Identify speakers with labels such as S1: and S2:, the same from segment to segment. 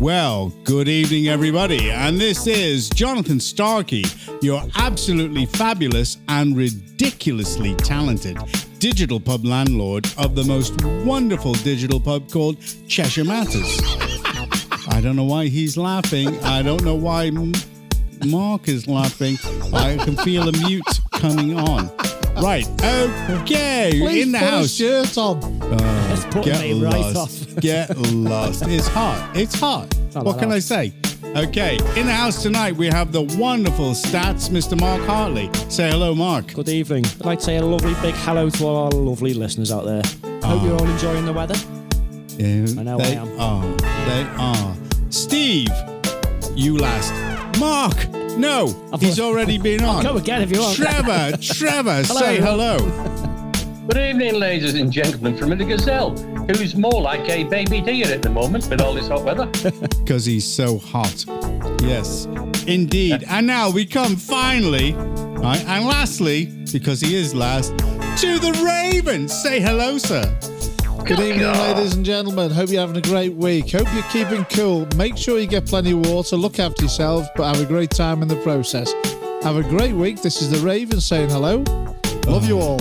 S1: Well, good evening, everybody, and this is Jonathan Starkey, your absolutely fabulous and ridiculously talented digital pub landlord of the most wonderful digital pub called Cheshire Matters. I don't know why he's laughing. I don't know why M- Mark is laughing. I can feel a mute coming on. Right, okay,
S2: Please
S1: in the
S2: put a
S1: house.
S2: shirt on.
S3: It's putting
S1: Get
S3: me right off.
S1: lost. Get lost. It's hot. It's hot.
S3: I like
S1: what can
S3: that.
S1: I say? Okay, in the house tonight we have the wonderful stats, Mr. Mark Hartley. Say hello, Mark.
S3: Good evening. I'd like to say a lovely big hello to all our lovely listeners out there. Hope you're all
S1: Ah.
S3: enjoying the weather.
S1: Yeah,
S3: I know
S1: they
S3: I am.
S1: are. They are. Steve, you last. Mark, no,
S3: I've-
S1: he's already been on.
S3: Go again if you want.
S1: Trevor, Trevor, say hello.
S4: Good evening, ladies and gentlemen, from the Gazelle, who's more like a baby deer at the moment with all this hot weather.
S1: Because he's so hot. Yes, indeed. And now we come finally, right, and lastly, because he is last, to the Ravens. Say hello, sir.
S2: Good evening, ladies and gentlemen. Hope you're having a great week. Hope you're keeping cool. Make sure you get plenty of water. Look after yourselves, but have a great time in the process. Have a great week. This is the Raven saying hello. Love you all.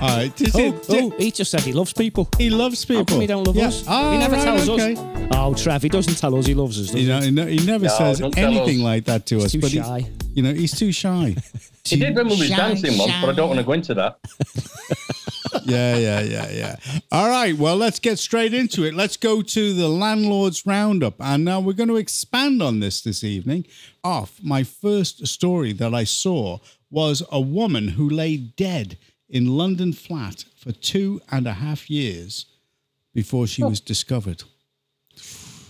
S1: All right. Is
S3: Oh,
S1: it-
S3: oh, he just said he loves people.
S1: He loves people.
S3: How come he don't love
S1: Yeah.
S3: us?
S1: Ah,
S3: he never
S1: right,
S3: tells
S1: okay.
S3: us. Oh, Trev, he doesn't tell us he loves us. does
S1: You
S3: he?
S1: know, he, ne- he never
S4: No,
S1: says
S4: don't tell
S1: anything
S4: us.
S1: like that to us.
S3: too
S1: but he-
S3: shy.
S1: you know, he's too shy.
S4: He did when we was
S1: Shy,
S4: dancing once, but I don't want to go into that.
S1: yeah, yeah, yeah, yeah. All right. Well, let's get straight into it. Let's go to the landlord's roundup. And now we're going to expand on this this evening. Off my first story that I saw was a woman who lay dead in London flat for two and a half years before she was discovered.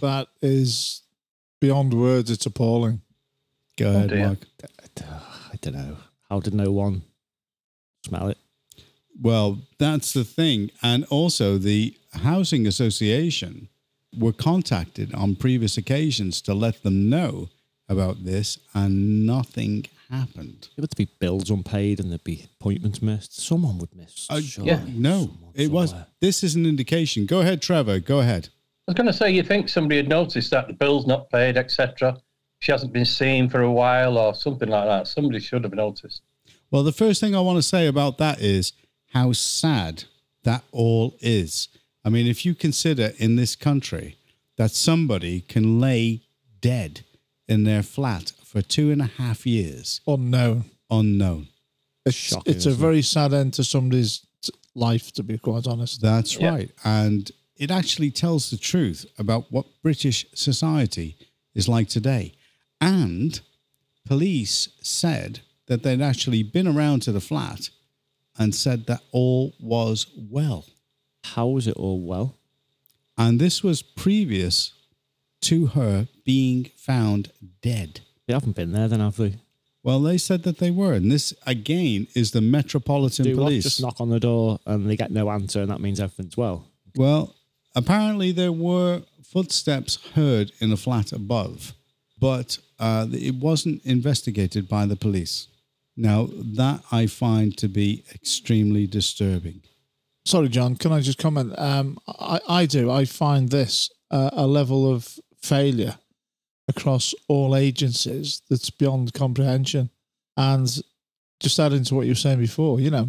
S2: That is beyond words. It's appalling.
S1: Go ahead,
S4: dear.
S1: Mark.
S3: I don't know. How did no one smell it?
S1: Well, that's the thing. And also, the Housing Association were contacted on previous occasions to let them know about this, and nothing happened.
S3: It would be bills unpaid and there'd be appointments missed. Someone would miss.
S1: Uh,
S3: surely.
S4: yeah.
S1: No,
S3: Someone
S1: it was.
S3: somewhere.
S1: This is an indication. Go ahead, Trevor. Go ahead.
S4: I was going to say, you think somebody had noticed that the bill's not paid, etc. She hasn't been seen for a while or something like that. Somebody should have noticed.
S1: Well, the first thing I want to say about that is how sad that all is. I mean, if you consider in this country that somebody can lay dead in their flat for two and a half years
S2: Unknown.
S1: unknown.
S2: It's,
S3: Shocking,
S2: it's a
S3: isn't it?
S2: very sad end to somebody's t- life, to be quite honest.
S1: That's
S4: Yeah.
S1: right. And it actually tells the truth about what British society is like today. And police said that they'd actually been around to the flat and said that all was well.
S3: How was it all well?
S1: And this was previous to her being found dead.
S3: They haven't been there then, have they?
S1: Well, they said that they were. And this, again, is the Metropolitan
S3: Do what?
S1: Police.
S3: Just knock on the door and they get no answer and that means everything's well.
S1: Well, apparently there were footsteps heard in the flat above, but uh, it wasn't investigated by the police. Now, that I find to be extremely disturbing.
S2: Sorry, John. Can I just comment? Um, I, I do. I find this uh, a level of failure across all agencies that's beyond comprehension. And just adding to what you were saying before, you know,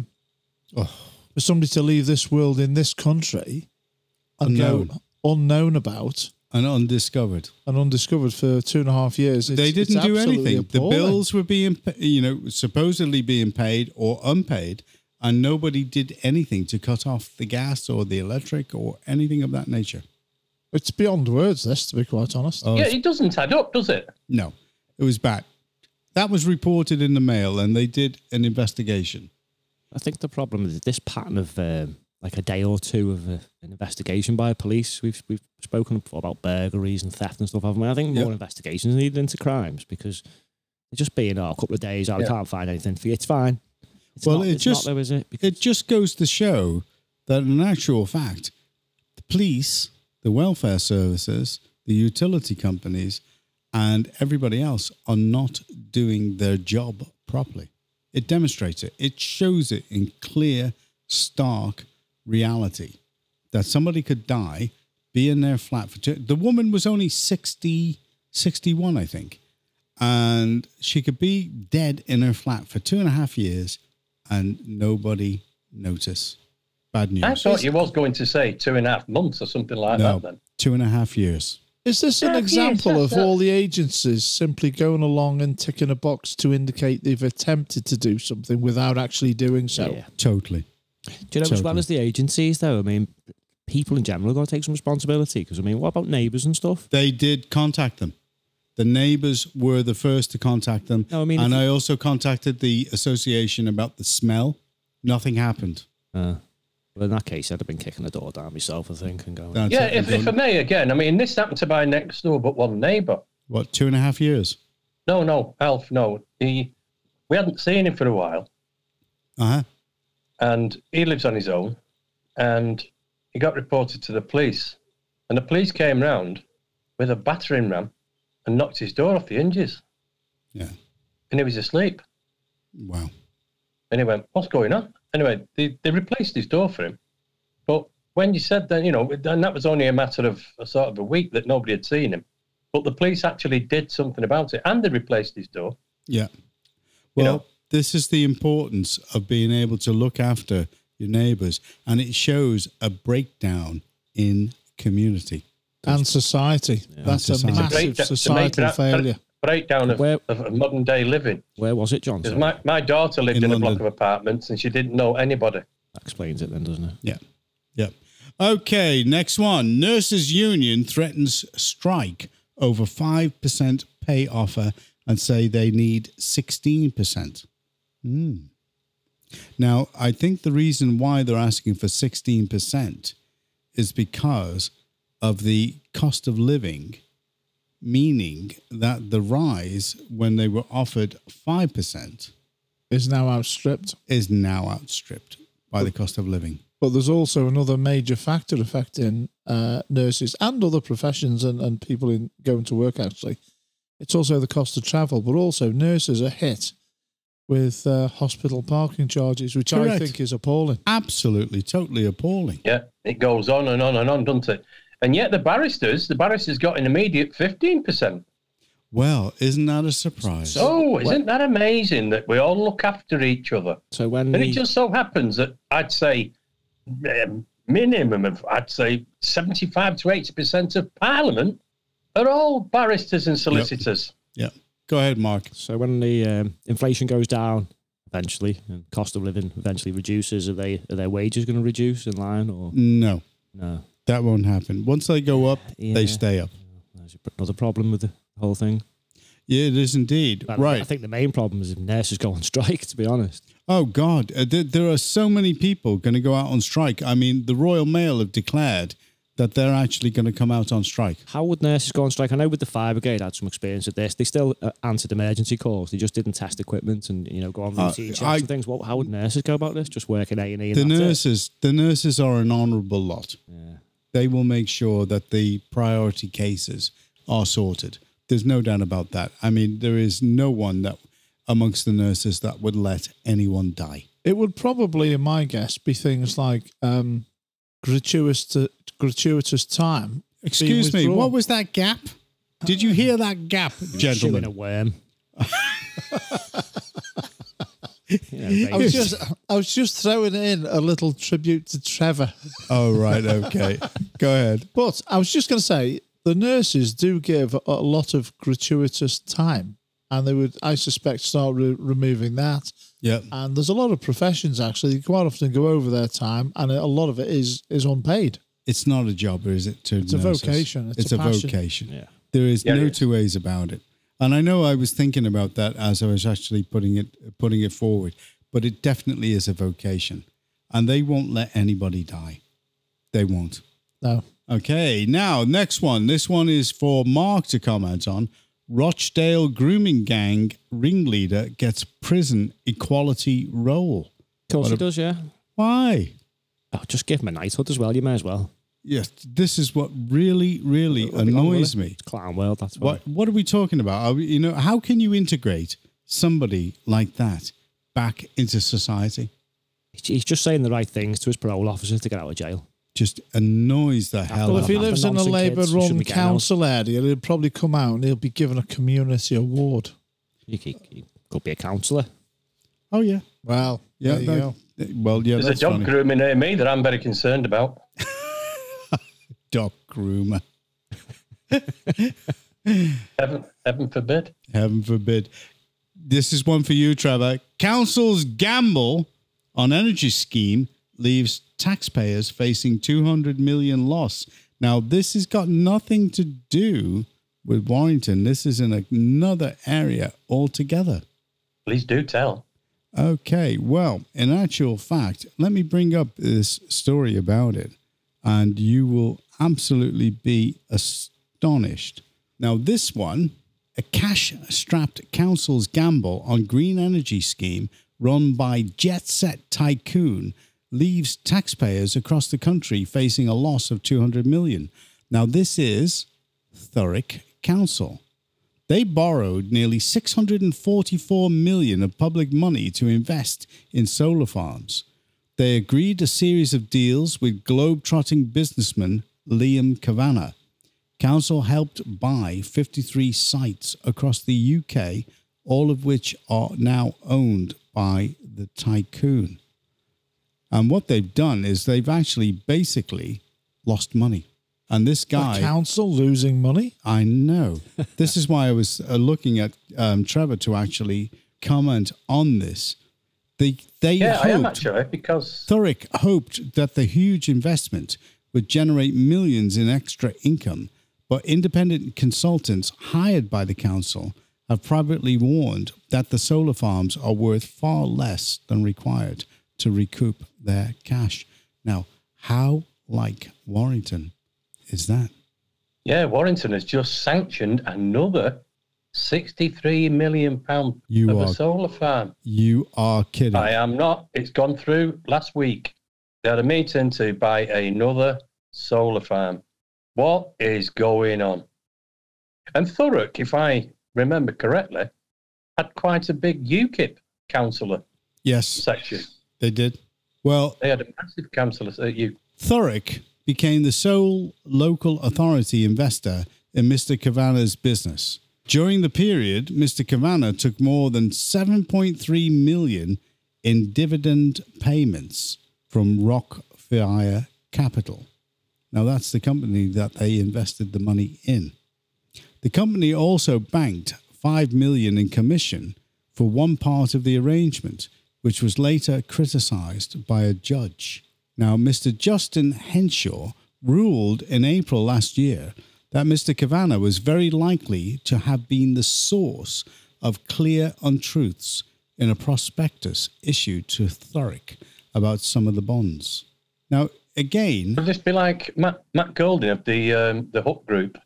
S1: Oh.
S2: for somebody to leave this world in this country and
S1: Unknown.
S2: go unknown about
S1: And undiscovered.
S2: and undiscovered for two and a half years, it's-
S1: they didn't
S2: it's
S1: do
S2: absolutely
S1: anything. The
S2: appalling.
S1: bills were being, pa- you know, supposedly being paid or unpaid, and nobody did anything to cut off the gas or the electric or anything of that nature.
S2: It's beyond words. This, to be quite honest.
S1: Oh,
S4: Yeah, it doesn't add up, does it?
S1: No, it was bad. That was reported in the mail, and they did an investigation.
S3: I think the problem is this pattern of um, like a day or two of uh, an investigation by police. We've we've spoken before about burglaries and theft and stuff, haven't we? I think more
S1: Yeah.
S3: investigations needed into crimes because they're just being oh, a couple of days. Oh, I
S4: Yeah.
S3: can't find anything for you. It's fine. It's
S1: Well,
S3: not,
S1: it
S3: it's
S1: just-
S3: not though, is it? Because
S1: It just goes to show that, in actual fact, the police, the welfare services, the utility companies, and everybody else are not doing their job properly. It demonstrates it, it shows it in clear, stark reality that somebody could die be in their flat for two. The woman was only 60, 61, I think. And she could be dead in her flat for two and a half years and nobody notice. Bad news.
S4: I thought you was going to say two and a half months or something like
S1: no,
S4: that. Then
S1: two and a half years.
S2: Is this an
S4: Yeah, yeah,
S2: example of
S4: shut up.
S2: all the agencies simply going along and ticking a box to indicate they've attempted to do something without actually doing so?
S3: Yeah.
S1: Totally.
S3: Do you know, as well
S1: Totally.
S3: as the agencies, though, I mean, people in general have got to take some responsibility because, I mean, what about neighbours and stuff?
S1: They did contact them. The neighbors were the first to contact them.
S3: No, I mean,
S1: and
S3: if
S1: I also contacted the association about the smell. Nothing happened.
S3: Uh, well, in that case, I'd have been kicking the door down myself, I think, and going,
S1: That's
S4: yeah,
S1: it.
S4: if, if I may again, I mean this happened to my next door but one neighbour.
S1: what, two and a half years?
S4: No, no, Alf, no. He, we hadn't seen him for a while,
S1: Uh huh.
S4: and he lives on his own, and he got reported to the police, and the police came round with a battering ram and knocked his door off the hinges,
S1: Yeah.
S4: and he was asleep.
S1: Wow.
S4: And he went, "What's going on?" Anyway, they, they replaced his door for him. But when you said that, you know, and that was only a matter of a sort of a week that nobody had seen him. But the police actually did something about it, and they replaced his door.
S1: Yeah.
S4: You
S1: Well,
S4: know?
S1: this is the importance of being able to look after your neighbors, and it shows a breakdown in community.
S2: And society. That's
S1: And society.
S2: a
S1: It's
S4: Break-
S2: massive
S4: to make
S2: societal
S4: that-
S2: failure.
S4: breakdown of,
S3: Where-
S4: of modern day living.
S3: where was it, John?
S4: Because my, my daughter lived
S1: In
S4: in, a
S1: London.
S4: block of apartments and she didn't know anybody.
S3: That explains it then, doesn't it?
S1: Yeah. Yep. Okay. Next one. Nurses Union threatens strike over 5% pay offer and say they need 16%. Hmm. Now, I think the reason why they're asking for 16% is because of the cost of living, meaning that the rise when they were offered 5%
S2: Is now outstripped.
S1: is now outstripped by the cost of living.
S2: But there's also another major factor affecting uh, nurses and other professions and, and people in going to work, actually. It's also the cost of travel, but also nurses are hit with uh, hospital parking charges, which I
S1: Correct.
S2: think is appalling.
S1: absolutely, totally appalling.
S4: Yeah, it goes on and on and on, doesn't it? And yet the barristers, the barristers got an immediate 15%.
S1: Well, isn't that a surprise?
S4: So Oh, isn't that amazing that we all look after each other?
S3: So when
S4: And
S3: the,
S4: it
S1: Mm.
S4: just so happens that I'd say um, minimum of, I'd say 75 to 80% of Parliament are all barristers and solicitors.
S1: yeah, go ahead, Mark.
S3: so when the um, inflation goes down eventually, and cost of living eventually reduces, are they are their wages going to reduce in line or
S1: No,
S3: no?
S1: that won't happen. Once they go up, they
S3: Yeah.
S1: stay up.
S3: There's another problem with the whole thing.
S1: Yeah, it is indeed.
S3: But
S1: right.
S3: I think the main problem is if nurses go on strike. To be honest,
S1: oh, God. Uh, there, there are so many people going to go out on strike. I mean, the Royal Mail have declared that they're actually going to come out on strike.
S3: how would nurses go on strike? I know with the fire brigade, I had some experience of this. They still uh, answered emergency calls. They just didn't test equipment and you know go on
S1: Uh,
S3: routine checks
S1: I-
S3: and things. What? How would nurses go about this? Just work in A and E.
S1: The
S3: that's it.
S1: nurses, the nurses are an honourable lot.
S3: Yeah.
S1: They will make sure that the priority cases are sorted. There's no doubt about that. I mean, there is no one that amongst the nurses that would let anyone die.
S2: It would probably, in my guess, be things like um, gratuitous gratuitous time. being
S1: Excuse me,
S2: withdrawn.
S1: what was that gap? Did you hear that gap,
S3: Chewing a
S1: gentlemen?
S3: worm. You know,
S2: I was
S3: basically.
S2: just I was just throwing in a little tribute to Trevor.
S1: Oh, right, okay. Go ahead.
S2: But I was just going to say the nurses do give a lot of gratuitous time, and they would, I suspect, start re- removing that.
S1: Yeah,
S2: And there's a lot of professions actually that quite often go over their time, and a lot of it is is unpaid.
S1: it's not a job, is it? To
S2: It's a
S1: nurses?
S2: vocation. It's
S1: It's,
S2: a
S1: a,
S2: passion.
S1: vocation.
S3: Yeah.
S1: There is
S4: Yeah, it
S1: no
S4: is.
S1: two ways about it. And I know I was thinking about that as I was actually putting it putting it forward, but it definitely is a vocation, and they won't let anybody die. They won't.
S2: No,
S1: Okay, now next one. This one is for Mark to comment on. Rochdale grooming gang ringleader gets prison equality role.
S3: of
S1: What
S3: course he
S1: a-
S3: does. Yeah.
S1: Why?
S3: Oh, just give him a knighthood as well. You may as well.
S1: Yes, this is what really, really
S3: It'll be long, will
S1: annoys
S3: it?
S1: me.
S3: It's clown world. That's why.
S1: What What are we talking about? Are we, you know, how can you integrate somebody like that back into society?
S3: He's- He's just saying the right things to his parole officer to get out of jail.
S1: just annoys the hell
S2: Well,
S1: out
S2: if
S1: of
S2: he
S1: me.
S3: After
S2: lives in a
S3: nonsense
S2: Labour
S3: kids, we should
S2: run
S3: be getting out.
S2: council area, he'll probably come out and he'll be given a community award.
S3: You could, you could be a counsellor.
S1: Oh yeah,
S2: Well,
S1: yeah.
S2: there you
S1: that-
S2: go.
S1: well, yeah.
S4: There's a
S1: that's
S4: dog
S1: funny.
S4: grooming near me that I'm very concerned about.
S1: dog groomer.
S4: Heaven, heaven forbid.
S1: Heaven forbid. This is one for you, Trevor. Council's gamble on energy scheme leaves taxpayers facing 200 million loss. Now, this has got nothing to do with Warrington. This is in another area altogether.
S4: Please do tell.
S1: Okay, well, in actual fact, let me bring up this story about it, and you will absolutely be astonished. Now, this one a cash strapped council's gamble on green energy scheme run by jet set tycoon leaves taxpayers across the country facing a loss of 200 million. Now, this is Thurrock Council. They borrowed nearly 644 million of public money to invest in solar farms. They agreed a series of deals with globe-trotting businessman Liam Kavanagh. Council helped buy 53 sites across the UK, all of which are now owned by the tycoon. And what they've done is they've actually basically lost money. And this guy
S2: The council losing money.
S1: I know. this is why I was uh, looking at um, Trevor to actually comment on this. They they
S4: Yeah, I am
S1: hoped
S4: actually because
S1: Thurrock hoped that the huge investment would generate millions in extra income, but independent consultants hired by the council have privately warned that the solar farms are worth far less than required to recoup their cash. Now, how like Warrington is that?
S4: yeah, Warrington has just sanctioned another sixty-three million pound
S1: You
S4: of
S1: are-
S4: a solar farm.
S1: You are kidding.
S4: I am not. It's gone through last week. They had a meeting to buy another solar farm. What is going on? And Thurrock, if I remember correctly, had quite a big UKIP councillor
S1: yes.
S4: section.
S1: They did. Well,
S4: They had a massive councillor at you.
S1: Thurrock became the sole local authority investor in Mr. Kavanagh's business. During the period, Mr. Kavanagh took more than 7.3 million in dividend payments from Rockfire Capital. Now that's the company that they invested the money in. The company also banked 5 million in commission for one part of the arrangement, which was later criticized by a judge. Now, Mr. Justin Henshaw ruled in April last year that Mr. Kavanagh was very likely to have been the source of clear untruths in a prospectus issued to Thurrock about some of the bonds. Now, again,
S4: Would this be like Matt, Matt Golding of the um, the Hook Group?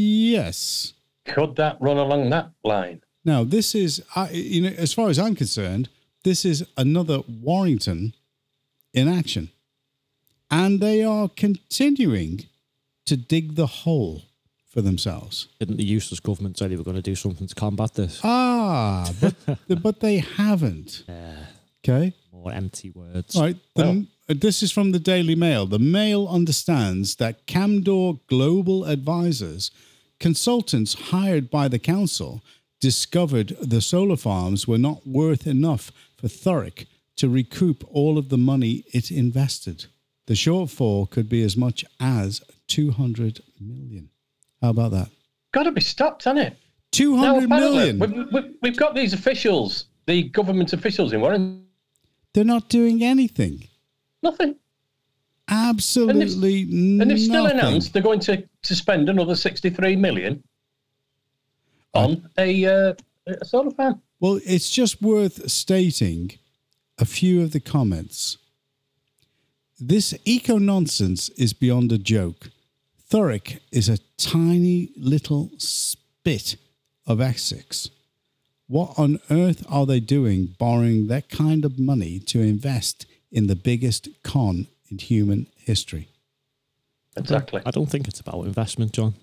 S1: yes,
S4: Could that run along that line?
S1: Now, this is, I, you know, as far as I'm concerned, this is another Warrington in action. And they are continuing to dig the hole for themselves.
S3: Didn't the useless government say they were going to do something to combat this?
S1: Ah, but, but they haven't. Okay.
S3: More empty words.
S1: All right. The, uh, This is from the Daily Mail. The Mail understands that Camdor Global Advisors, consultants hired by the council, discovered the solar farms were not worth enough for Thurrock to recoup all of the money it invested. The shortfall could be as much as 200 million. How about that?
S4: Got to be stopped, hasn't it?
S1: Two
S4: Now,
S1: hundred
S4: apparently,
S1: million.
S4: We've, we've, we've got these officials, the government officials in Warrington.
S1: They're not doing anything.
S4: Nothing.
S1: Absolutely nothing.
S4: And they've still announced they're going to, to spend another 63 million on
S1: Oh.
S4: a, uh, a solar farm.
S1: Well, it's just worth stating a few of the comments. This eco nonsense is beyond a joke. Thurrock is a tiny little spit of Essex. What on earth are they doing borrowing that kind of money to invest in the biggest con in human history?
S4: Exactly.
S3: I don't think it's about investment, John.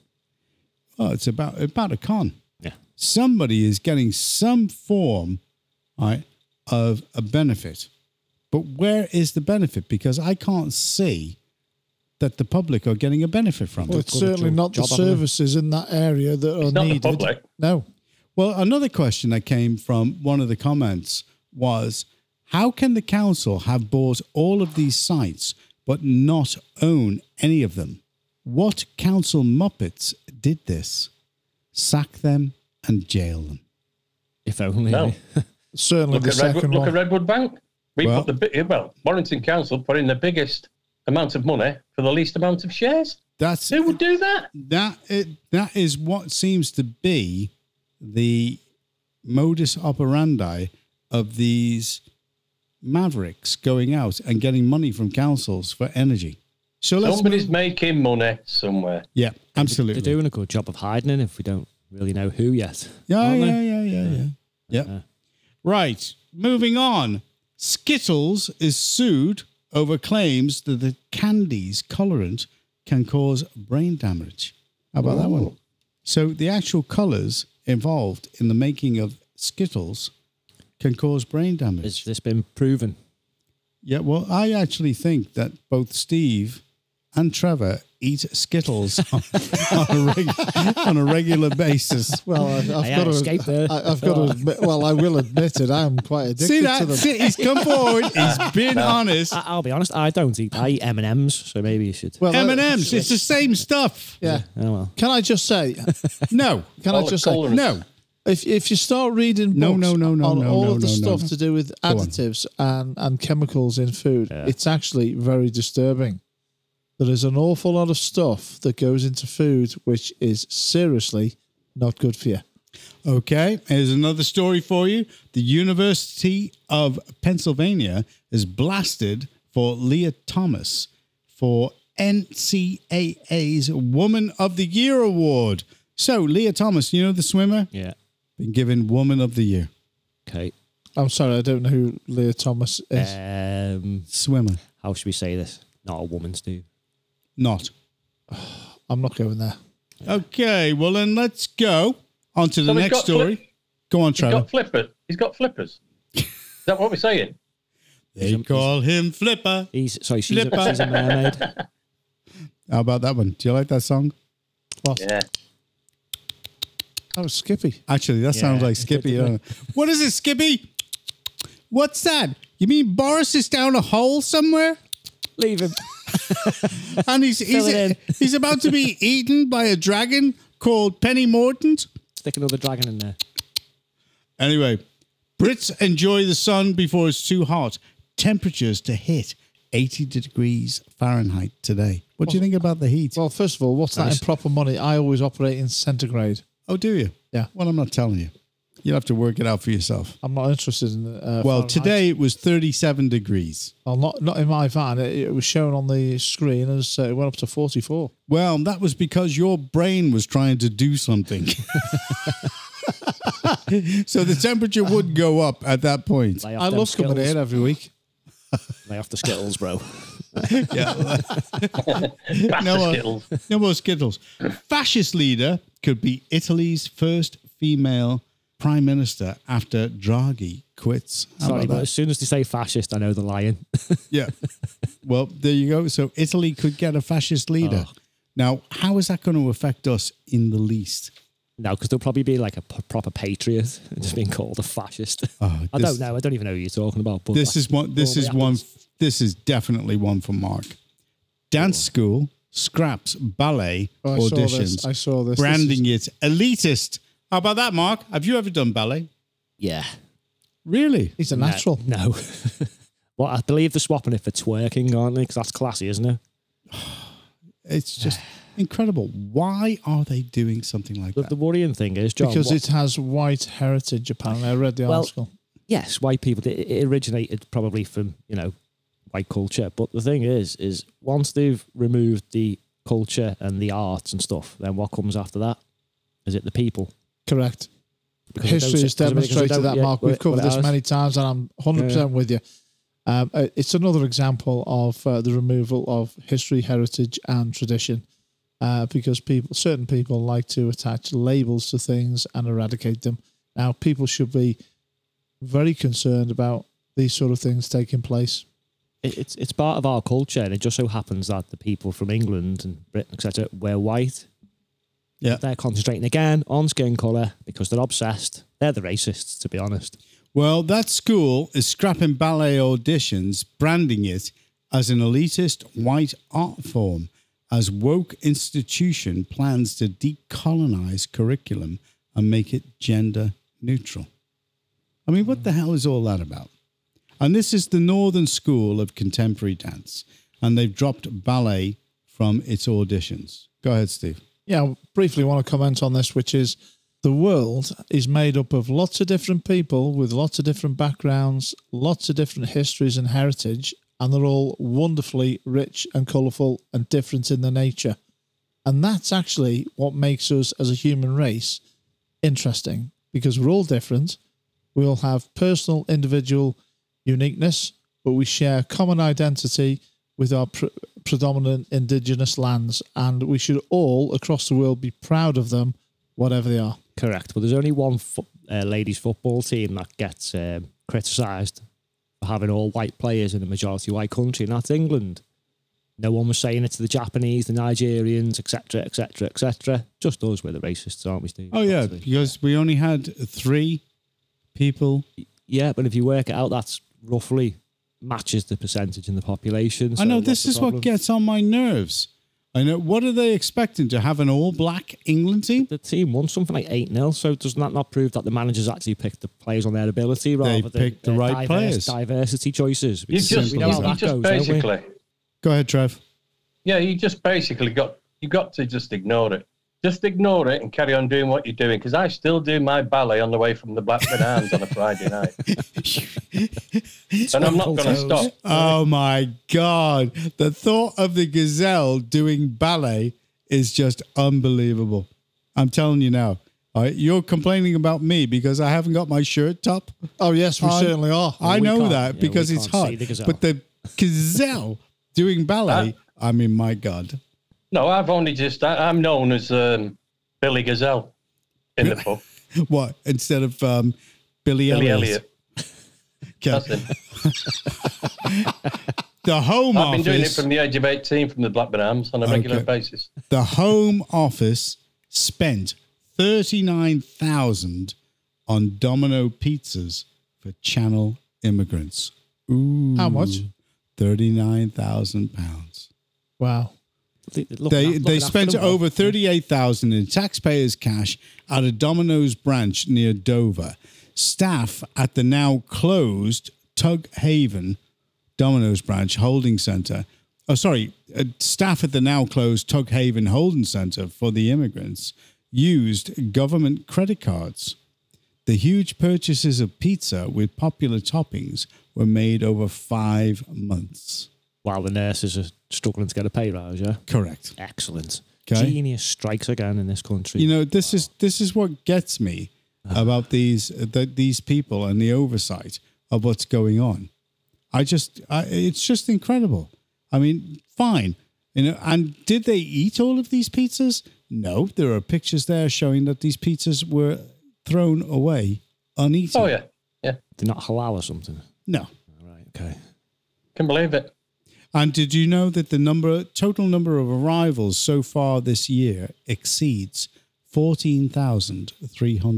S1: Oh, it's about about a con.
S3: Yeah.
S1: somebody is getting some form right, of a benefit. But where is the benefit? Because I can't see that the public are getting a benefit from.
S2: Well,
S1: Well,
S2: it's certainly
S3: job-
S2: not the
S3: job, haven't they?
S2: services in that area that are
S4: It's not the
S2: needed.
S4: public.
S2: No,
S1: another question that came from one of the comments was how can the council have bought all of these sites but not own any of them? What council muppets did this? Sack them and jail them.
S3: If only.
S4: No.
S2: certainly
S4: Look
S2: the
S4: at Redwood.
S2: second
S4: Look at
S2: one.
S4: Redwood Bank. We
S1: Well-
S4: put the big well, Warrington Council put in the biggest amount of money for the least amount of shares.
S1: That's
S4: Who would do that?
S1: that it, that is what seems to be the modus operandi of these mavericks going out and getting money from councils for energy. So let's
S4: Somebody's
S1: move-
S4: making money somewhere.
S1: yeah,
S3: They're
S1: absolutely.
S3: doing a good job of hiding it if we don't really know who yet.
S1: Yeah,
S3: aren't
S1: yeah,
S3: they?
S1: yeah, yeah, yeah. Yeah. Right. Moving on. Skittles is sued over claims that the candy's colorant can cause brain damage. How about that one? So the actual colors involved in the making of Skittles can cause brain damage.
S3: Has this been proven?
S1: yeah, well, I actually think that both Steve and Trevor eat Skittles on, on, a, reg- on a regular basis.
S2: Well, I, I've
S3: I
S2: got to
S3: escaped there.
S2: I, I've got to admit. Well, I will admit it. I'm quite addicted
S1: See
S2: to
S1: that?
S2: them.
S1: See, he's come forward. He's been honest.
S3: I, I'll be honest, I don't eat. I eat M and M's, so maybe you should.
S2: Well,
S1: M
S2: that-
S1: and M's. It's the same stuff.
S2: Yeah.
S3: oh well.
S2: Can I just say?
S1: No,
S2: Can
S4: All
S2: I
S4: the
S2: just say?
S4: colourants.
S1: no.
S2: If if you start reading books
S1: No, no, no, no,
S2: on
S1: no,
S2: all
S1: no,
S2: of the
S1: no, no,
S2: stuff
S1: no.
S2: to do with
S1: on.
S2: additives and, and chemicals in food, it's actually very disturbing. There is an awful lot of stuff that goes into food which is seriously not good for you.
S1: Okay, here's another story for you. The University of Pennsylvania is blasted for Leah Thomas for NCAA's Woman of the Year award. So Leah Thomas, you know the swimmer,
S3: Yeah.
S1: been given Woman of the Year.
S3: Okay.
S2: I'm sorry, I don't know who Leah Thomas is.
S3: Um,
S1: Swimmer,
S3: how should we say this? Not a woman's do.
S1: not.
S2: I'm not going there.
S1: Okay, well then let's go on to the
S4: So we've
S1: next
S4: got
S1: story.
S4: flip-
S1: go on,
S4: He's
S1: Trevor.
S4: got flippers. He's got flippers. Is that what we're saying?
S1: They call him Flipper.
S3: He's sorry. She's a, she's a mermaid.
S1: How about that one? Do you like that song?
S2: What?
S4: Yeah.
S2: That was Skippy.
S1: Actually, that sounds
S3: Yeah.
S1: like Skippy. uh, what is it, Skippy? What's that? You mean Boris is down a hole somewhere,
S3: Leave him.
S1: and he's he's,
S3: it in.
S1: he's about to be eaten by a dragon called Penny Morton?
S3: Stick another dragon in there.
S1: Anyway, Brits enjoy the sun before it's too hot. Temperatures to hit 80 degrees Fahrenheit today. What do you think about the heat?
S2: Well, first of all, what's that in proper money? I always operate in centigrade.
S1: Oh, do you?
S2: Yeah.
S1: Well, I'm not telling you. You'll have to work it out for yourself.
S2: I'm not interested in. Uh,
S1: Well,
S2: Fahrenheit.
S1: today it was 37 degrees.
S2: well, not not in my van. It, it was shown on the screen as uh, it went up to 44.
S1: Well, that was because your brain was trying to do something. so the temperature would go up at that point.
S3: Lay off
S2: I
S3: them
S2: love
S3: skittles.
S2: coming here every week.
S3: Lay off the skittles, bro.
S1: Yeah.
S4: Batter
S1: No, uh,
S4: skittles.
S1: no more Skittles. Fascist leader could be Italy's first female prime minister after Draghi quits. How
S3: Sorry,
S1: about
S3: but as soon as they say fascist, I know they're lying.
S1: that? Yeah. Well, there you go. So Italy could get a fascist leader.
S3: Oh.
S1: Now, how is that going to affect us in the least?
S3: No, because they'll probably be like a p- proper patriot, just being called a fascist.
S1: Oh,
S3: I
S1: this-
S3: don't know. I don't even know who you're talking about. But
S1: This is one. This
S3: all
S1: is
S3: the
S1: one. This is definitely one for Mark. Dance school scraps ballet
S2: Oh, I saw this.
S1: auditions.
S2: I saw this. This
S1: Branding it elitist. How about that, Mark? Have you ever done ballet?
S3: yeah,
S1: Really?
S2: He's a natural.
S3: no. well, I believe they're swapping it for twerking, aren't they? Because that's classy, isn't it?
S1: It's just incredible. Why are they doing something like
S3: The,
S1: that?
S3: the worrying thing is, John,
S2: Because
S3: what-
S2: it has white heritage, apparently. I read the
S3: Well-
S2: article.
S3: yes, white people. It, it originated probably from you know white culture, but the thing is, is once they've removed the culture and the arts and stuff, then what comes after that? Is it the people?
S2: Correct.
S3: Because I don't
S2: History
S3: see-
S2: has
S3: because I- because I
S2: demonstrated
S3: don't-
S2: that,
S3: yeah,
S2: Mark.
S3: well,
S2: We've covered
S3: well,
S2: this
S3: ours-
S2: many times, and I'm 100% with you. Um, uh, it's another example of uh, the removal of history, heritage, and tradition. Uh, because people, certain people like to attach labels to things and eradicate them. Now, people should be very concerned about these sort of things taking place.
S3: it, it's it's part of our culture, and it just so happens that the people from England and Britain, etc., were white.
S1: Yeah.
S3: they're concentrating again on skin color because they're obsessed. They're the racists, to be honest.
S1: Well, that school is scrapping ballet auditions, branding it as an elitist white art form, as woke institution plans to decolonize curriculum and make it gender neutral. I mean, what the hell is all that about? And this is the Northern School of Contemporary Dance, and they've dropped ballet from its auditions. Go ahead, Steve.
S2: yeah, I briefly want to comment on this, which is the world is made up of lots of different people with lots of different backgrounds, lots of different histories and heritage, and they're all wonderfully rich and colourful and different in their nature. And that's actually what makes us as a human race interesting because we're all different. We all have personal, individual uniqueness, but we share common identity with our pre- predominant indigenous lands, and we should all across the world be proud of them, whatever they are.
S3: Correct. But there's only one fo- uh, ladies' football team that gets um, criticised for having all white players in a majority white country, and that's England. No one was saying it to the Japanese, the Nigerians, etc., etc., etc. Just us, we're the racists, aren't we, Steve?
S1: Oh, yeah,
S3: Obviously.
S1: because we only had three people
S3: Yeah, but if you work it out, that's roughly matches the percentage in the population.
S1: I know
S3: so what's
S1: this
S3: the
S1: is
S3: problem?
S1: what gets on my nerves. I know. What are they expecting to have an all-black England team?
S3: the team won something like 8 0. So, doesn't that not prove that the managers actually picked the players on their ability rather than
S1: picked the
S3: their
S1: right
S3: diverse-
S1: players.
S3: Diversity choices.
S4: You
S3: Because
S4: just,
S3: we
S4: you
S3: know how that
S4: just
S3: goes, don't we?
S4: basically,
S1: Go ahead, Trev.
S4: yeah, you just basically got you got to just ignore it. Just ignore it and carry on doing what you're doing. Because I still do my ballet on the way from the Blackburn Arms on a Friday night, and I'm not going to
S3: Toes.
S4: stop.
S1: oh my God! The thought of the gazelle doing ballet is just unbelievable. I'm telling you now. All right, you're complaining about me because I haven't got my shirt top.
S2: Oh yes, we
S1: I-
S2: certainly are.
S1: I
S3: we
S1: know
S3: can't-
S1: that
S3: yeah,
S1: because
S3: we
S1: it's
S3: can't see
S1: hot.
S3: the gazelle.
S1: but the gazelle doing ballet. I mean, my God.
S4: No, I've only just I, I'm known as um, Billy Gazelle in the pub.
S1: What instead of um, Billy, Elliot?
S4: Billy Elliot.
S1: Okay.
S4: That's it.
S1: The Home
S4: I've been
S1: Office.
S4: doing it from the age of 18 from the Blackburn Arms on a regular
S1: Okay.
S4: basis.
S1: the Home Office spent thirty nine thousand on Domino pizzas for Channel immigrants. Ooh,
S2: How much?
S1: Thirty nine thousand pounds.
S2: Wow.
S3: They, look
S1: They
S3: at- look
S1: they
S3: at
S1: spent
S3: after them.
S1: over thirty eight thousand in taxpayers' cash at a Domino's branch near Dover. Staff at the now closed Tug Haven Domino's branch holding centre. Oh, sorry, uh, staff at the now closed Tug Haven holding centre for the immigrants used government credit cards. The huge purchases of pizza with popular toppings were made over five months.
S3: While the nurses are struggling to get a pay rise, yeah?
S1: Correct.
S3: Excellent.
S1: Okay.
S3: Genius strikes again in this country.
S1: you know this is this is what gets me
S4: Uh-huh.
S1: about these the, these people and the oversight of what's going on i just I, it's just incredible i mean fine you know and did they eat all of these pizzas no there are pictures there showing that these pizzas were thrown away uneaten
S4: Oh, yeah. Yeah.
S3: They're not halal or something.
S1: no
S3: All right, okay.
S4: Can believe it.
S1: and did you know that the number total number of arrivals so far this year exceeds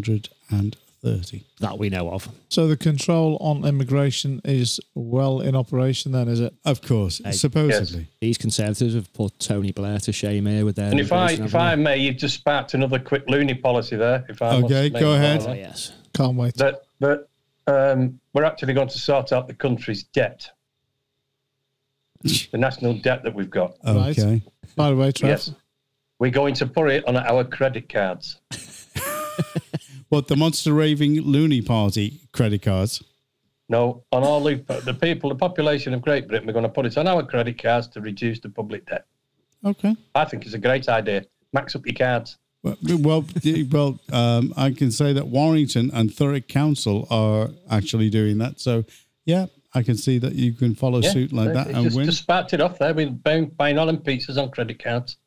S1: 14,330
S3: That we know of.
S2: So the control on immigration is well in operation. Then is it?
S1: Of course, supposedly.
S3: These conservatives have put Tony Blair to shame here with their.
S4: And if I
S3: immigration,
S4: if
S3: haven't
S4: I may, you've just sparked another quick loony policy there. If I must
S1: Okay,
S4: make
S1: go
S4: a
S1: ahead.
S3: they?
S4: follow
S3: Oh,
S4: up.
S3: yes.
S2: Can't wait.
S4: That that um, we're actually going to sort out the country's debt, the national debt that we've got.
S2: Right.
S1: Okay.
S2: By the way, Trev,
S4: Yes, we're going to put it on our credit cards.
S1: What the monster raving loony party credit cards?
S4: No, on all the, the people, the population of Great Britain, we're going to put it on our credit cards to reduce the public debt.
S1: Okay.
S4: I think it's a great idea. Max up your cards.
S1: Well, well, d- well um, I can say that Warrington and Thurrock Council are actually doing that. So, yeah, I can see that you can follow suit like that
S4: It's
S1: and
S4: just,
S1: win.
S4: just sparked it off there with buying, buying all in pieces on credit cards.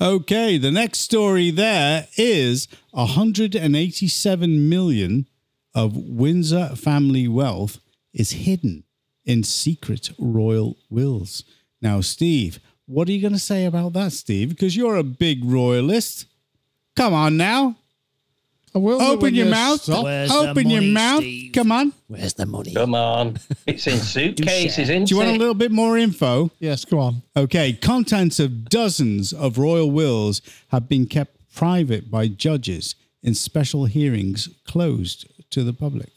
S1: Okay, the next story there is 187 million of Windsor family wealth is hidden in secret royal wills. Now, Steve, what are you going to say about that, Steve? Because you're a big royalist. Come on now.
S2: I will do
S1: Open
S2: when
S1: your
S2: you
S1: mouth.
S2: stop.
S3: Where's the
S1: Open your
S3: money,
S1: mouth.
S3: Steve?
S1: Come on.
S3: Where's the money?
S4: Come on. It's in suitcases, isn't
S1: Do you want a
S4: it?
S1: little bit more info?
S2: Yes, go on.
S1: Okay, contents of dozens of royal wills have been kept private by judges in special hearings closed to the public.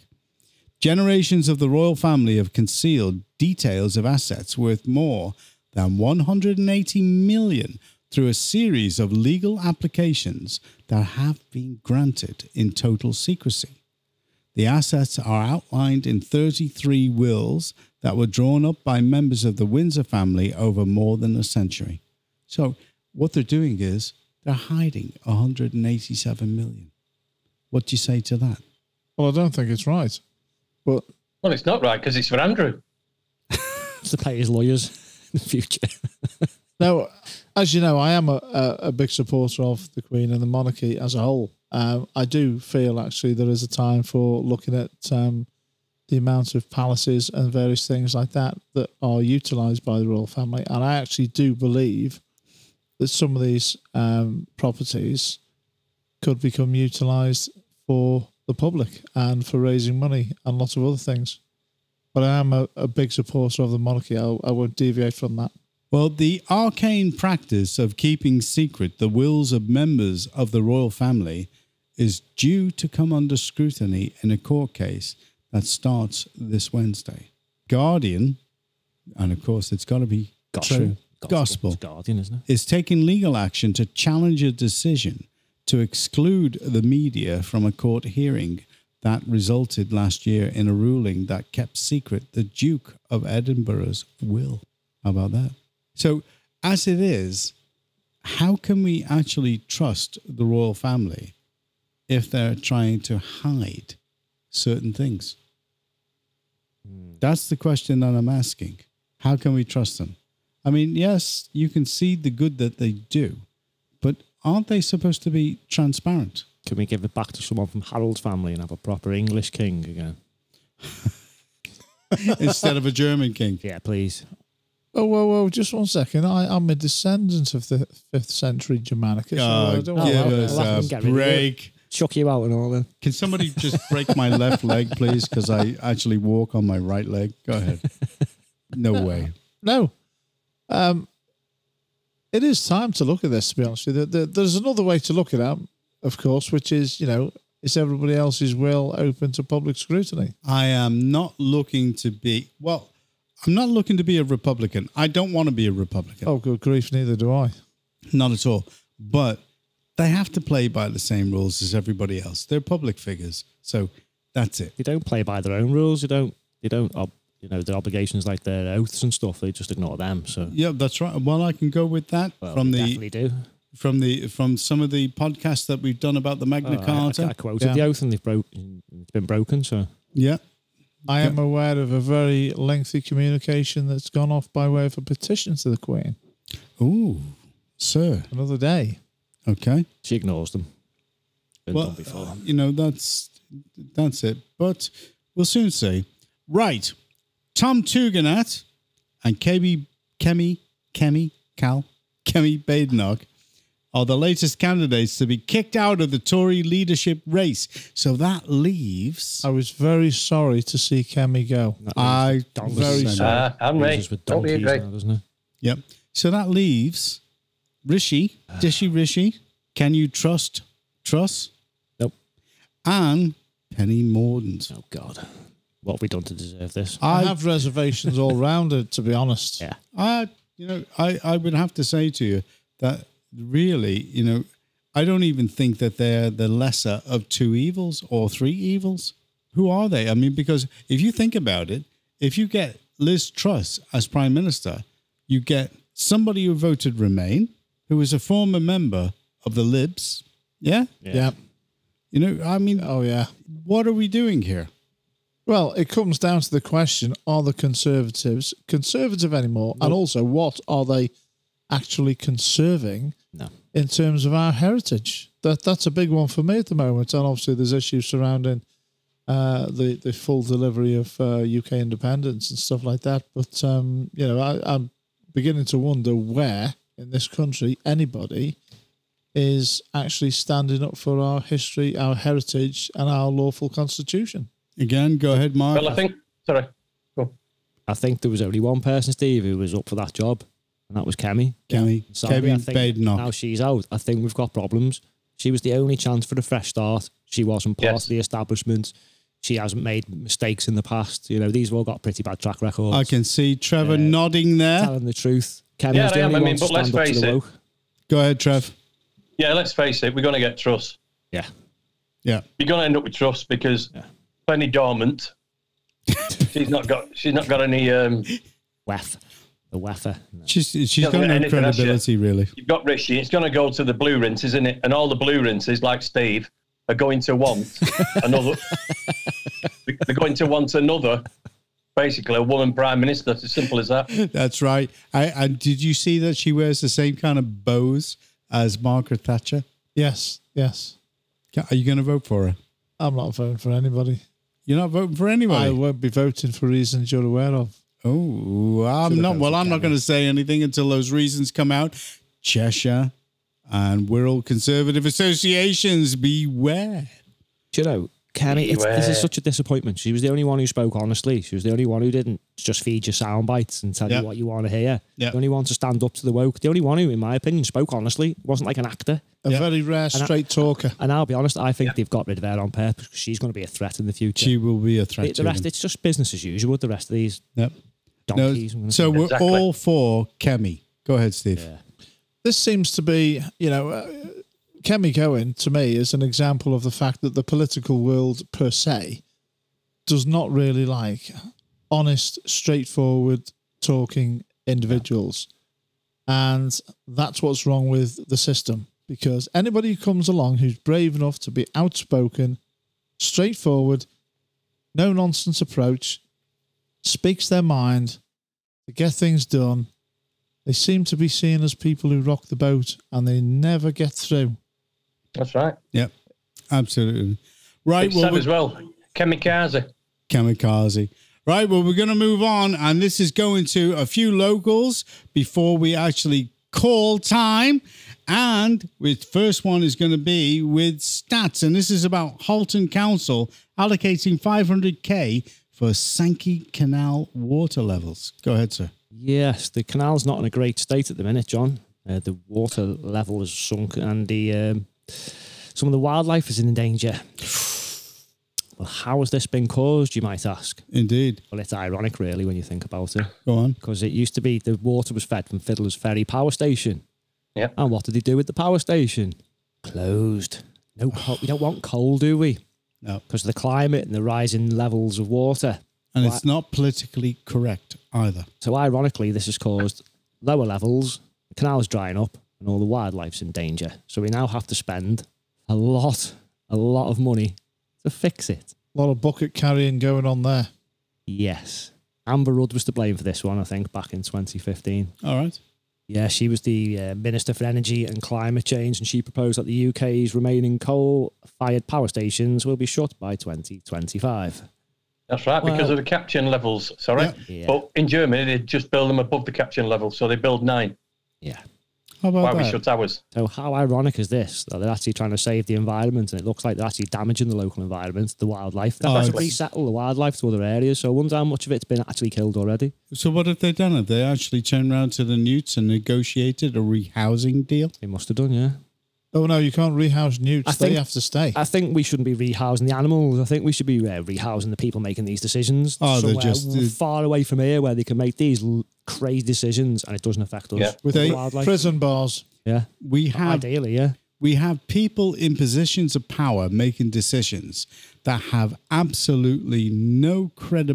S1: Generations of the royal family have concealed details of assets worth more than 180 million through a series of legal applications that have been granted in total secrecy. The assets are outlined in 33 wills that were drawn up by members of the Windsor family over more than a century. So, what they're doing is they're hiding 187 million. What do you say to that?
S2: Well, I don't think it's right. But
S4: Well, it's not right because it's for Andrew.
S3: To pay his lawyers in the future.
S2: No, as you know, I am a, a, a big supporter of the Queen and the monarchy as a whole. Um, I do feel actually there is a time for looking at um, the amount of palaces and various things like that that are utilised by the royal family, and I actually do believe that some of these um, properties could become utilised for the public and for raising money and lots of other things. But I am a, a big supporter of the monarchy. I, I won't deviate from that.
S1: Well, the arcane practice of keeping secret the wills of members of the royal family is due to come under scrutiny in a court case that starts this Wednesday. Guardian, and of course, it's got to be true. Gospel
S3: It's Guardian, isn't it?
S1: is taking legal action to challenge a decision to exclude the media from a court hearing that resulted last year in a ruling that kept secret the Duke of Edinburgh's will. How about that? So, as it is, how can we actually trust the royal family if they're trying to hide certain things? That's the question that I'm asking. How can we trust them? I mean, yes, you can see the good that they do, but aren't they supposed to be transparent?
S3: Can we give it back to someone from Harold's family and have a proper English king again?
S1: Instead of a German king.
S3: Yeah, please.
S2: Oh, whoa, whoa, just one second. I, I'm a descendant of the 5th century Germanicus. so I
S1: God,
S2: don't
S3: yeah,
S1: Uh, give
S2: want to-
S3: well, I can
S1: us
S3: get
S1: a
S3: rid of you.
S1: break.
S3: Chuck you out and all then.
S1: Can somebody just break my left leg, please? Because I actually walk on my right leg. Go ahead. No way.
S2: No. Um, it is time to look at this, to be honest with you. There- there- There's another way to look at it, of course, which is, you know, is everybody else's will open to public scrutiny?
S1: I am not looking to be, well, I'm not looking to be a Republican. I don't want to be a Republican.
S2: Oh, good grief, neither do I.
S1: Not at all. But they have to play by the same rules as everybody else. They're public figures. So that's it.
S3: They don't play by their own rules. They don't. They don't. Ob- you know their obligations, like their oaths and stuff. They just ignore them. So
S1: Yeah, that's right. Well, I can go with that
S3: well,
S1: from
S3: they
S1: the
S3: definitely do.
S1: from the from some of the podcasts that we've done about the Magna
S3: Oh, I-
S1: Carta.
S3: I, I quoted the oath and they've broken. It's been broken. So
S1: yeah,
S2: I am aware of a very lengthy communication that's gone off by way of a petition to the Queen
S1: Ooh, sir.
S2: another day.
S1: Okay.
S3: she ignores them. Been
S1: Well,
S3: done before.
S1: uh, you know that's that's it. But we'll soon see. Right, Tom Tuganat and KB Kemi Kemi Cal Kemi Badenoch are the latest candidates to be kicked out of the Tory leadership race. So that leaves.
S2: I
S3: Oh,
S2: was very sorry to see Kemi go.
S1: I
S3: Donkeys.
S1: very
S3: Sorry.
S1: sorry.
S4: Ah, I'm
S3: Uses
S4: right.
S3: with
S4: Totally
S3: donkeys
S4: agree.
S1: uh,
S3: now, doesn't it?
S1: Yep. So that leaves Rishi, Dishy Rishi. Can you trust Truss?
S3: Nope.
S1: And Penny Mordaunt.
S3: Oh God, what have we done to deserve this?
S2: I
S1: I
S2: have reservations all round it, to be honest.
S3: Yeah.
S1: I, you know, I, I would have to say to you that really, you know, I don't even think that they're the lesser of two evils or three evils. Who are they? I mean, because if you think about it, if you get Liz Truss as prime minister, you get somebody who voted Remain, who is a former member of the Libs. Yeah.
S2: Yeah.
S1: You know, I mean,
S2: Oh, yeah.
S1: what are we doing here?
S2: Well, it comes down to the question are the Conservatives conservative anymore? And also, what are they actually conserving
S3: No.
S2: in terms of our heritage? That That's a big one for me at the moment. And obviously, there's issues surrounding uh, the the full delivery of uh, UK independence and stuff like that. But um, you know, I, I'm beginning to wonder where in this country anybody is actually standing up for our history, our heritage, and our lawful constitution.
S1: Again, go ahead, Mark.
S4: Well, I think, sorry,
S3: I think there was only one person, Steve, who was up for that job, and that was Kemi.
S1: Kemi.
S3: Sadly,
S1: Kemi
S3: I think
S1: Badenoch.
S3: Now she's out. I think we've got problems. She was the only chance for a fresh start. She wasn't part
S4: Yes.
S3: of the establishment. She hasn't made mistakes in the past. You know, these have all got pretty bad track records.
S1: I can see Trevor nodding there.
S3: Telling the truth. Kemi
S4: Yeah,
S3: was the
S4: I am.
S3: only
S4: I
S3: one
S4: mean,
S3: to
S4: but let's
S3: stand up to
S4: face
S3: the
S4: it.
S3: woke.
S1: Go ahead, Trev.
S4: yeah, let's face it, we're going to get trust.
S3: Yeah.
S1: Yeah.
S4: You're going to end up with trust because Penny Dormant, she's not got, she's not got any. Um,
S3: Wef. The Weffer. No.
S1: She's, she's
S4: Doesn't
S1: got
S4: get
S1: no
S4: anything, has she?
S1: credibility, really.
S4: you've got Rishi. It's going to go to the blue rinses, isn't it? And all the blue rinses, like Steve, are going to want another. They're going to want another, basically a woman prime minister. It's as simple as that.
S1: That's right. I, I did you see that she wears the same kind of bows as Margaret Thatcher?
S2: Yes, yes.
S1: Ca- Are you going to vote for her?
S2: I'm not voting for anybody.
S1: You're not voting for
S2: I
S1: anybody.
S2: won't be voting for reasons you're aware of.
S1: oh, I'm not. Well, I'm not going to say anything until those reasons come out. Cheshire and Wirral Conservative Associations, beware.
S3: Do you know, Kenny, it's, this is such a disappointment. She was the only one who spoke honestly. She was the only one who didn't just feed you sound bites and tell
S1: Yeah.
S3: you what you want to hear.
S1: Yeah.
S3: The only one to stand up to the woke. The only one who, in my opinion, spoke honestly. wasn't like an actor.
S2: A
S1: Yeah.
S2: very rare
S3: I-
S2: straight talker.
S3: And I'll be honest, I think they've got rid of her on purpose because she's going to be a threat in the future.
S1: She will be a
S3: the,
S1: threat
S3: the
S1: to
S3: rest,
S1: them.
S3: it's just business as usual. The rest of these
S1: Yep. No,
S3: donkeys. I'm gonna
S1: so
S3: say.
S1: we're
S4: Exactly.
S1: all for Kemi. Go ahead, Steve.
S2: This seems to be, you know, uh, Kemi Cohen to me is an example of the fact that the political world per se does not really like honest, straightforward talking individuals. And that's what's wrong with the system because anybody who comes along who's brave enough to be outspoken, straightforward, no nonsense approach, speaks their mind, they get things done. They seem to be seen as people who rock the boat and they never get through.
S4: That's right.
S1: Yep. Absolutely. Right.
S4: It's
S1: well,
S4: sad
S1: we-
S4: as well. Kamikaze.
S1: kamikaze. Right, well, we're going to move on, and this is going to a few locals before we actually call time. And with first one is going to be with stats, and this is about Halton Council allocating 500k for Sankey Canal water levels. Go ahead, sir.
S3: Yes, the canal's not in a great state at the minute, John. Uh, the water level has sunk, and the um, some of the wildlife is in danger. Well, how has this been caused, you might ask?
S1: Indeed.
S3: Well, it's ironic, really, when you think about it,
S1: Go on.
S3: because it used to be the water was fed from Fiddler's Ferry Power Station.
S4: Yep.
S3: And what did they do with the power station? Closed. No, coal. we don't want coal, do we?
S1: No.
S3: Because of the climate and the rising levels of water.
S1: And it's not politically correct either.
S3: So ironically, this has caused lower levels, the canal's drying up, and all the wildlife's in danger. So we now have to spend a lot, a lot of money to fix it.
S2: A lot of bucket carrying going on there.
S3: Yes. Amber Rudd was to blame for this one, I think, back in 2015.
S1: All right.
S3: Yeah, she was the uh, Minister for Energy and Climate Change, and she proposed that the UK's remaining coal fired power stations will be shut by 2025.
S4: That's right, because
S3: Well-
S4: of the caption levels. Sorry.
S3: Yeah.
S4: But in Germany, they just build them above the caption level. So they build nine.
S3: Yeah.
S1: How
S4: Why
S1: about
S4: we
S1: that?
S4: shut ours?
S3: So how ironic is this that they're actually trying to save the environment, and it looks like they're actually damaging the local environment, the wildlife. They're
S1: Oh,
S3: trying to
S1: it's-
S3: resettle the wildlife to other areas. So I wonder how much of it's been actually killed already.
S1: So, what have they done? Have they actually turned round to the newts and negotiated a rehousing deal?
S3: They must have done, yeah.
S2: Oh no, you can't rehouse newts.
S3: I
S2: they
S3: think-
S2: have to stay.
S3: I think we shouldn't be rehousing the animals. I think we should be uh, rehousing the people making these decisions.
S1: Oh, they're
S3: somewhere
S1: just-
S3: w- far away from here where they can make these l- crazy decisions and it doesn't affect us.
S4: Yeah.
S3: With
S1: They-
S3: the wildlife.
S2: Prison bars.
S3: yeah.
S1: We have
S3: Ideally, yeah.
S1: we have people in positions of power making decisions that have absolutely no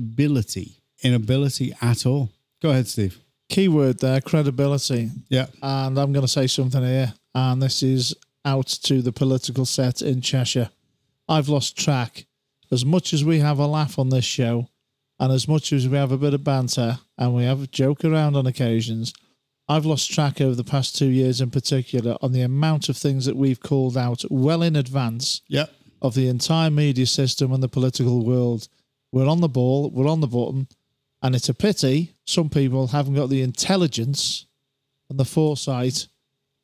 S1: credibility, inability at all. Go ahead, Steve.
S2: Keyword there, credibility.
S1: Yeah.
S2: And I'm going to say something here. And this is out to the political set in Cheshire. I've lost track. As much as we have a laugh on this show, and as much as we have a bit of banter and we have a joke around on occasions, I've lost track over the past two years in particular on the amount of things that we've called out well in advance
S1: Yeah.
S2: of the entire media system and the political world. We're on the ball, we're on the button, and it's a pity some people haven't got the intelligence and the foresight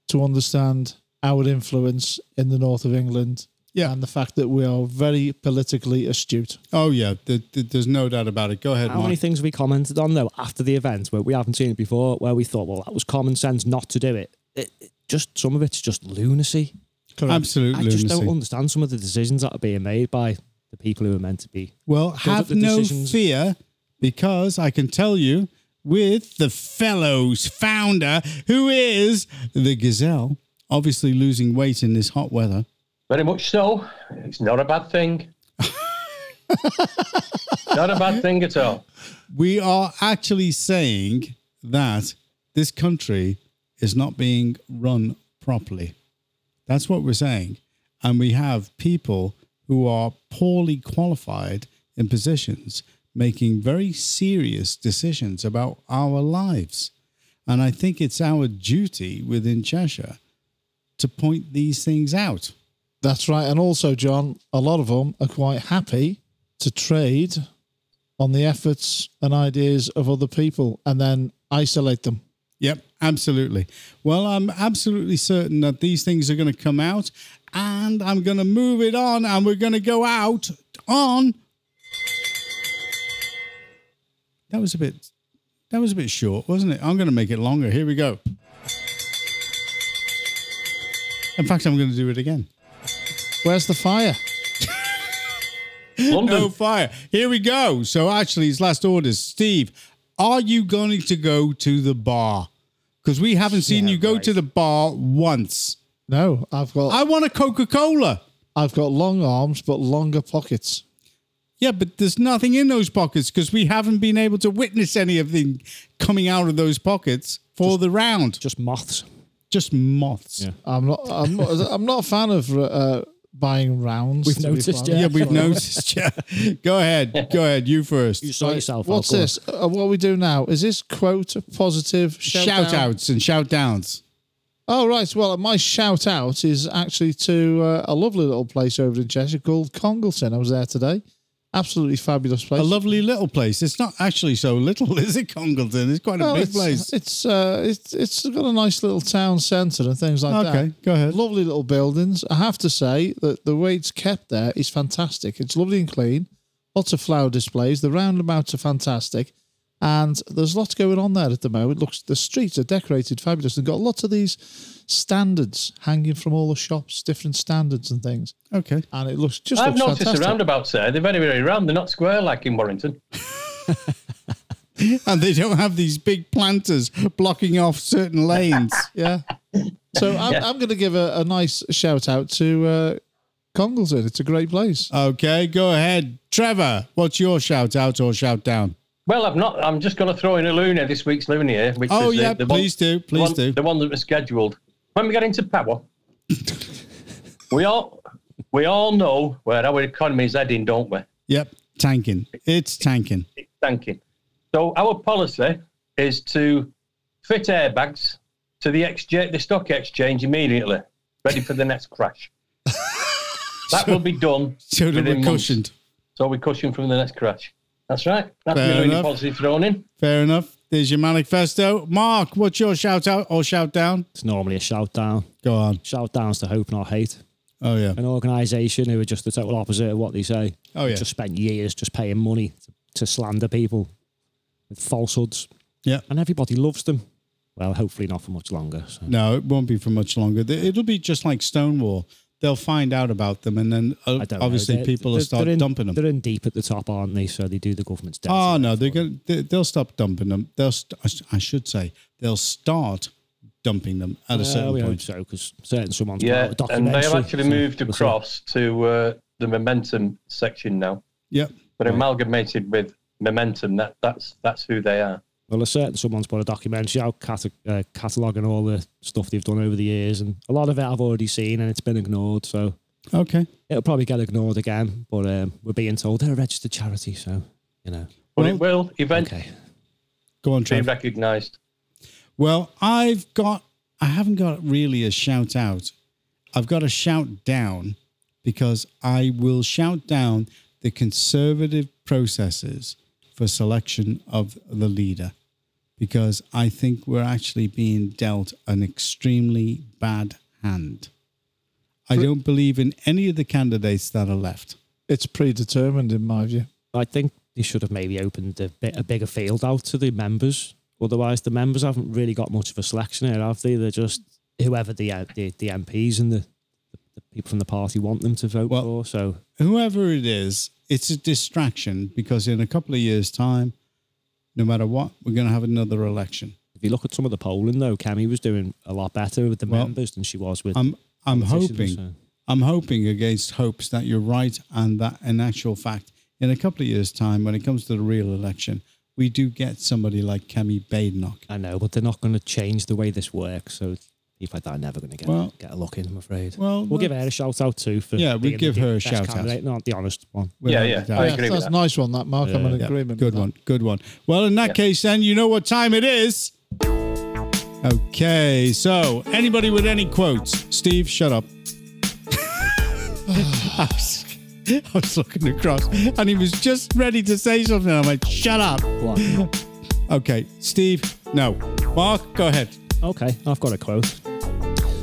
S2: to understand our influence in the north of England
S1: Yeah.
S2: and the fact that we are very politically astute.
S1: Oh, yeah. Th- th- there's no doubt about it. Go ahead,
S3: How many
S1: Mark.
S3: things we commented on though after the event where we haven't seen it before, where we thought, well, that was common sense not to do it. it, it just some of it's just lunacy.
S2: Um,
S1: Absolute
S3: I just
S1: lunacy.
S3: don't understand some of the decisions that are being made by the people who are meant to be.
S1: Well,
S3: up
S1: have
S3: the
S1: no
S3: decisions.
S1: fear because I can tell you with the fellow's founder, who is the gazelle, obviously losing weight in this hot weather.
S4: Very much so. It's not a bad thing. not a bad thing at all.
S1: We are actually saying that this country is not being run properly. That's what we're saying. And we have people who are poorly qualified in positions making very serious decisions about our lives. And I think it's our duty within Cheshire to point these things out.
S2: That's right. And also, John, a lot of them are quite happy to trade on the efforts and ideas of other people and then isolate them.
S1: Yep, absolutely. Well, I'm absolutely certain that these things are going to come out, and I'm going to move it on, and we're going to go out on. That was a bit. That was a bit short, wasn't it? I'm going to make it longer. Here we go. In fact, I'm going to do it again.
S2: Where's the fire?
S4: London.
S1: No fire. Here we go. So actually, his last orders. Steve, are you going to go to the bar? Because we haven't seen you go to the bar once.
S2: No, I've got
S1: I want a Coca Cola.
S2: I've got long arms but longer pockets.
S1: Yeah, but there's nothing in those pockets because we haven't been able to witness anything coming out of those pockets for the round.
S3: Just moths.
S1: Just moths.
S3: Yeah.
S2: I'm not I'm not, I'm not a fan of uh, buying rounds.
S3: We've
S2: to be
S3: noticed,
S2: frank.
S1: Yeah, we've noticed. Yeah. Go ahead. Go ahead. You first.
S3: You saw yourself.
S2: What's
S3: Alcoa.
S2: this? Uh, what we do now is this quote positive shout,
S1: shout outs and shout downs.
S2: Oh right, well my shout out is actually to uh, a lovely little place over in Cheshire called Congleton. I was there today. Absolutely fabulous place.
S1: A lovely little place. It's not actually so little, is it, Congleton? It's quite a
S2: Well,
S1: big
S2: it's,
S1: place.
S2: It's uh, it's it's got a nice little town centre and things like that.
S1: Okay, go ahead.
S2: Lovely little buildings. I have to say that the way it's kept there is fantastic. It's lovely and clean. Lots of flower displays. The roundabouts are fantastic, and there's lots going on there at the moment. Looks the streets are decorated fabulous. They've got lots of these standards hanging from all the shops, different standards and things,
S1: Okay.
S2: and it looks just.
S4: I've
S2: looks
S4: noticed
S2: fantastic.
S4: the roundabouts there. They're very, very round. They're not square like in Warrington.
S1: And they don't have these big planters blocking off certain lanes.
S2: Yeah. So I'm, I'm going to give a, a nice shout out to uh, Congleton. It's a great place.
S1: okay, go ahead. Trevor, what's your shout out or shout down?
S4: Well, I've not. I'm just going to throw in a Luna this week's Luna, which
S1: Oh,
S4: is the-
S1: yeah,
S4: the,
S1: please
S4: one,
S1: do,
S4: the
S1: please
S4: one-
S1: do.
S4: the one that was scheduled. When we get into power, we all we all know where our economy is heading, don't we?
S1: Yep, tanking. It's tanking.
S4: tanking. So our policy is to fit airbags to the exchange, the stock exchange immediately, ready for the next crash. that will be done.
S1: So they
S4: within
S1: were
S4: months.
S1: cushioned.
S4: So we cushion from the next crash. That's right. That's
S1: Fair
S4: the
S1: enough.
S4: policy thrown in.
S1: Fair enough. There's your manifesto. Mark, what's your shout out or shout down?
S3: It's normally a shout down.
S1: Go on.
S3: Shout downs to hope not hate.
S1: Oh, yeah.
S3: An organisation who are just the total opposite of what they say.
S1: Oh, yeah.
S3: Just spent years just paying money to, to slander people with falsehoods.
S1: Yeah.
S3: And everybody loves them. Well, hopefully not for much longer. So.
S1: No, it won't be for much longer. Th- It'll be just like Stonewall. They'll find out about them, and then uh,
S3: I don't know.
S1: obviously
S3: They're-
S1: people will
S3: they're-
S1: start
S3: they're in-
S1: dumping them.
S3: They're in deep at the top, aren't they? So they do the government's debt.
S1: Oh no, they're gonna, they, they'll stop dumping them. They'll st- I sh- I should say they'll start dumping them at a certain
S3: we hope
S1: point.
S3: so because certain someone's put out
S4: Yeah,
S3: a documentary.
S4: and they have actually
S3: so
S4: moved
S3: we'll see.
S4: across to uh, the momentum section now.
S1: Yep.
S4: But amalgamated with momentum, that that's that's who they are.
S3: Well, a certain someone's put a documentary out cata- uh, cataloguing all the stuff they've done over the years, and a lot of it I've already seen and it's been ignored. So
S1: Okay.
S3: it'll probably get ignored again. But um, we're being told they're a registered charity, so you know.
S4: But
S1: Well,
S4: it will eventually
S3: Okay.
S1: Go on,
S4: be
S1: Trev.
S4: recognised.
S1: Well, I've got I haven't got really a shout out. I've got a shout down because I will shout down the conservative processes for selection of the leader because I think we're actually being dealt an extremely bad hand. I don't believe in any of the candidates that are left.
S2: It's predetermined in my view.
S3: I think they should have maybe opened a, bit, a bigger field out to the members. Otherwise, the members haven't really got much of a selection here, have they? They're just whoever the uh, the, the MPs and the, the people from the party want them to vote
S1: Well-
S3: for. So
S1: whoever it is, it's a distraction because in a couple of years' time, no matter what, we're going to have another election.
S3: if you look at some of the polling, though, Cammy was doing a lot better with the
S1: Well,
S3: members than she was with.
S1: I'm I'm
S3: politicians,
S1: hoping
S4: uh,
S3: so-
S1: I'm hoping against hopes that you're right and that in actual fact, in a couple of years' time, when it comes to the real election, we do get somebody like Kemi Badenoch.
S3: I know, but they're not going to change the way this works. So people like that are never going to get
S1: Well-
S3: get a look in. I'm afraid.
S1: Well,
S3: we'll give her a shout out too for
S1: Yeah, we
S3: being the
S1: give her a
S3: best
S1: shout out.
S3: candidate, not the honest one.
S1: without
S4: Yeah, yeah.
S1: a doubt.
S4: I
S2: Yeah,
S4: agree with
S2: that's a
S4: that.
S2: nice one, that Mark. I'm in
S3: Yeah.
S2: agreement.
S1: Good
S2: with
S1: one. Good one. Well, in that case, then you know what time it is. Okay, so anybody with any quotes? Steve, shut up. I, was, I was looking across and he was just ready to say something. I went, shut up. Okay, Steve, no. Mark, go ahead.
S3: Okay, I've got a quote.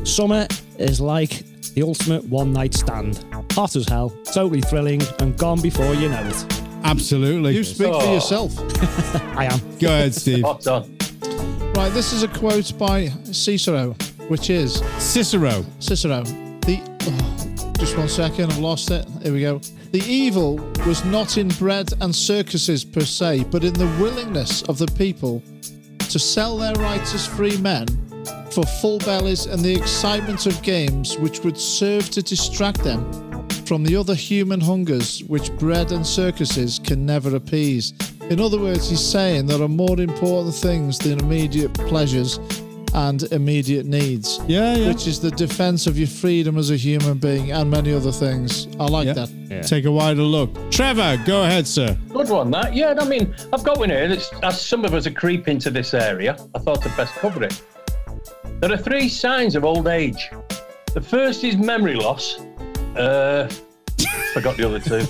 S3: Summer is like the ultimate one night stand. Hot as hell, totally thrilling, and gone before you know it.
S1: Absolutely.
S2: that. You speak for
S4: Oh.
S2: yourself.
S3: I am.
S1: go ahead, Steve.
S4: Hot on.
S2: Right, this is a quote by Cicero, which is
S1: Cicero.
S2: Cicero, the. oh, just one second, I've lost it. Here we go. The evil was not in bread and circuses per se, but in the willingness of the people to sell their rights as free men for full bellies and the excitement of games which would serve to distract them from the other human hungers which bread and circuses can never appease. In other words, he's saying there are more important things than immediate pleasures and immediate needs
S1: Yeah, yeah.
S2: which is the defense of your freedom as a human being and many other things. I like
S1: Yeah.
S2: that.
S1: Take a wider look. Trevor, go ahead, sir.
S4: Good one, that. Yeah, I mean, I've got one here. That's, as some of us are creeping to this area, I thought I'd best cover it. There are three signs of old age. The first is memory loss. Uh, forgot the other two.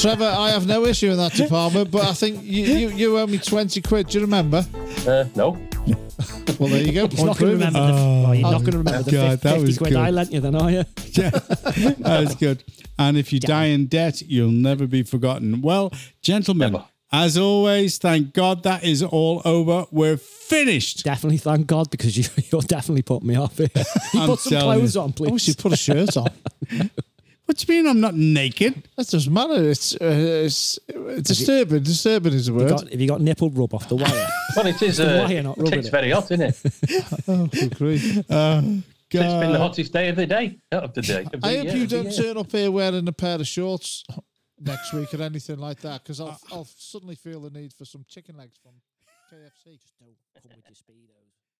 S2: Trevor, I have no issue in that department, but I think you, you, you owe me 20 quid. Do you remember?
S4: Uh, no.
S2: Well, there you go.
S3: He's not
S2: Point
S3: going to
S2: proven.
S3: remember. The, well, you're not going to remember the
S1: Oh. God,
S3: fif-
S1: that
S3: 50
S1: was
S3: quid
S1: good.
S3: I lent you, then are you?
S1: yeah, that's good. And if you die in debt, you'll never be forgotten. Well, gentlemen,
S4: Never.
S1: as always, thank God that is all over. We're finished.
S3: Definitely, thank God, because you, you're definitely putting me off here. You
S1: I'm
S3: put some
S1: telling
S3: clothes
S1: you.
S3: on,
S2: I wish you
S3: please.
S2: put a shirt on.
S1: What do you mean I'm not naked?
S2: That doesn't matter. It's, uh, it's disturbing. Disturbing is a word.
S3: Got, have you got nipple rub off the wire?
S4: Well, it is.
S3: Then
S4: Uh,
S3: why you're not
S4: it
S3: rubbing
S4: it's
S3: it?
S4: very hot, isn't it? It's
S2: Oh, good grief.
S4: been the
S1: God.
S4: hottest day of the day. Not of the day. Of the
S2: I hope
S4: year,
S2: you
S4: of the
S2: don't
S4: year.
S2: turn up here wearing a pair of shorts next week or anything like that, because I'll, I'll suddenly feel the need for some chicken legs from KFC.
S3: Just don't come with your speedos.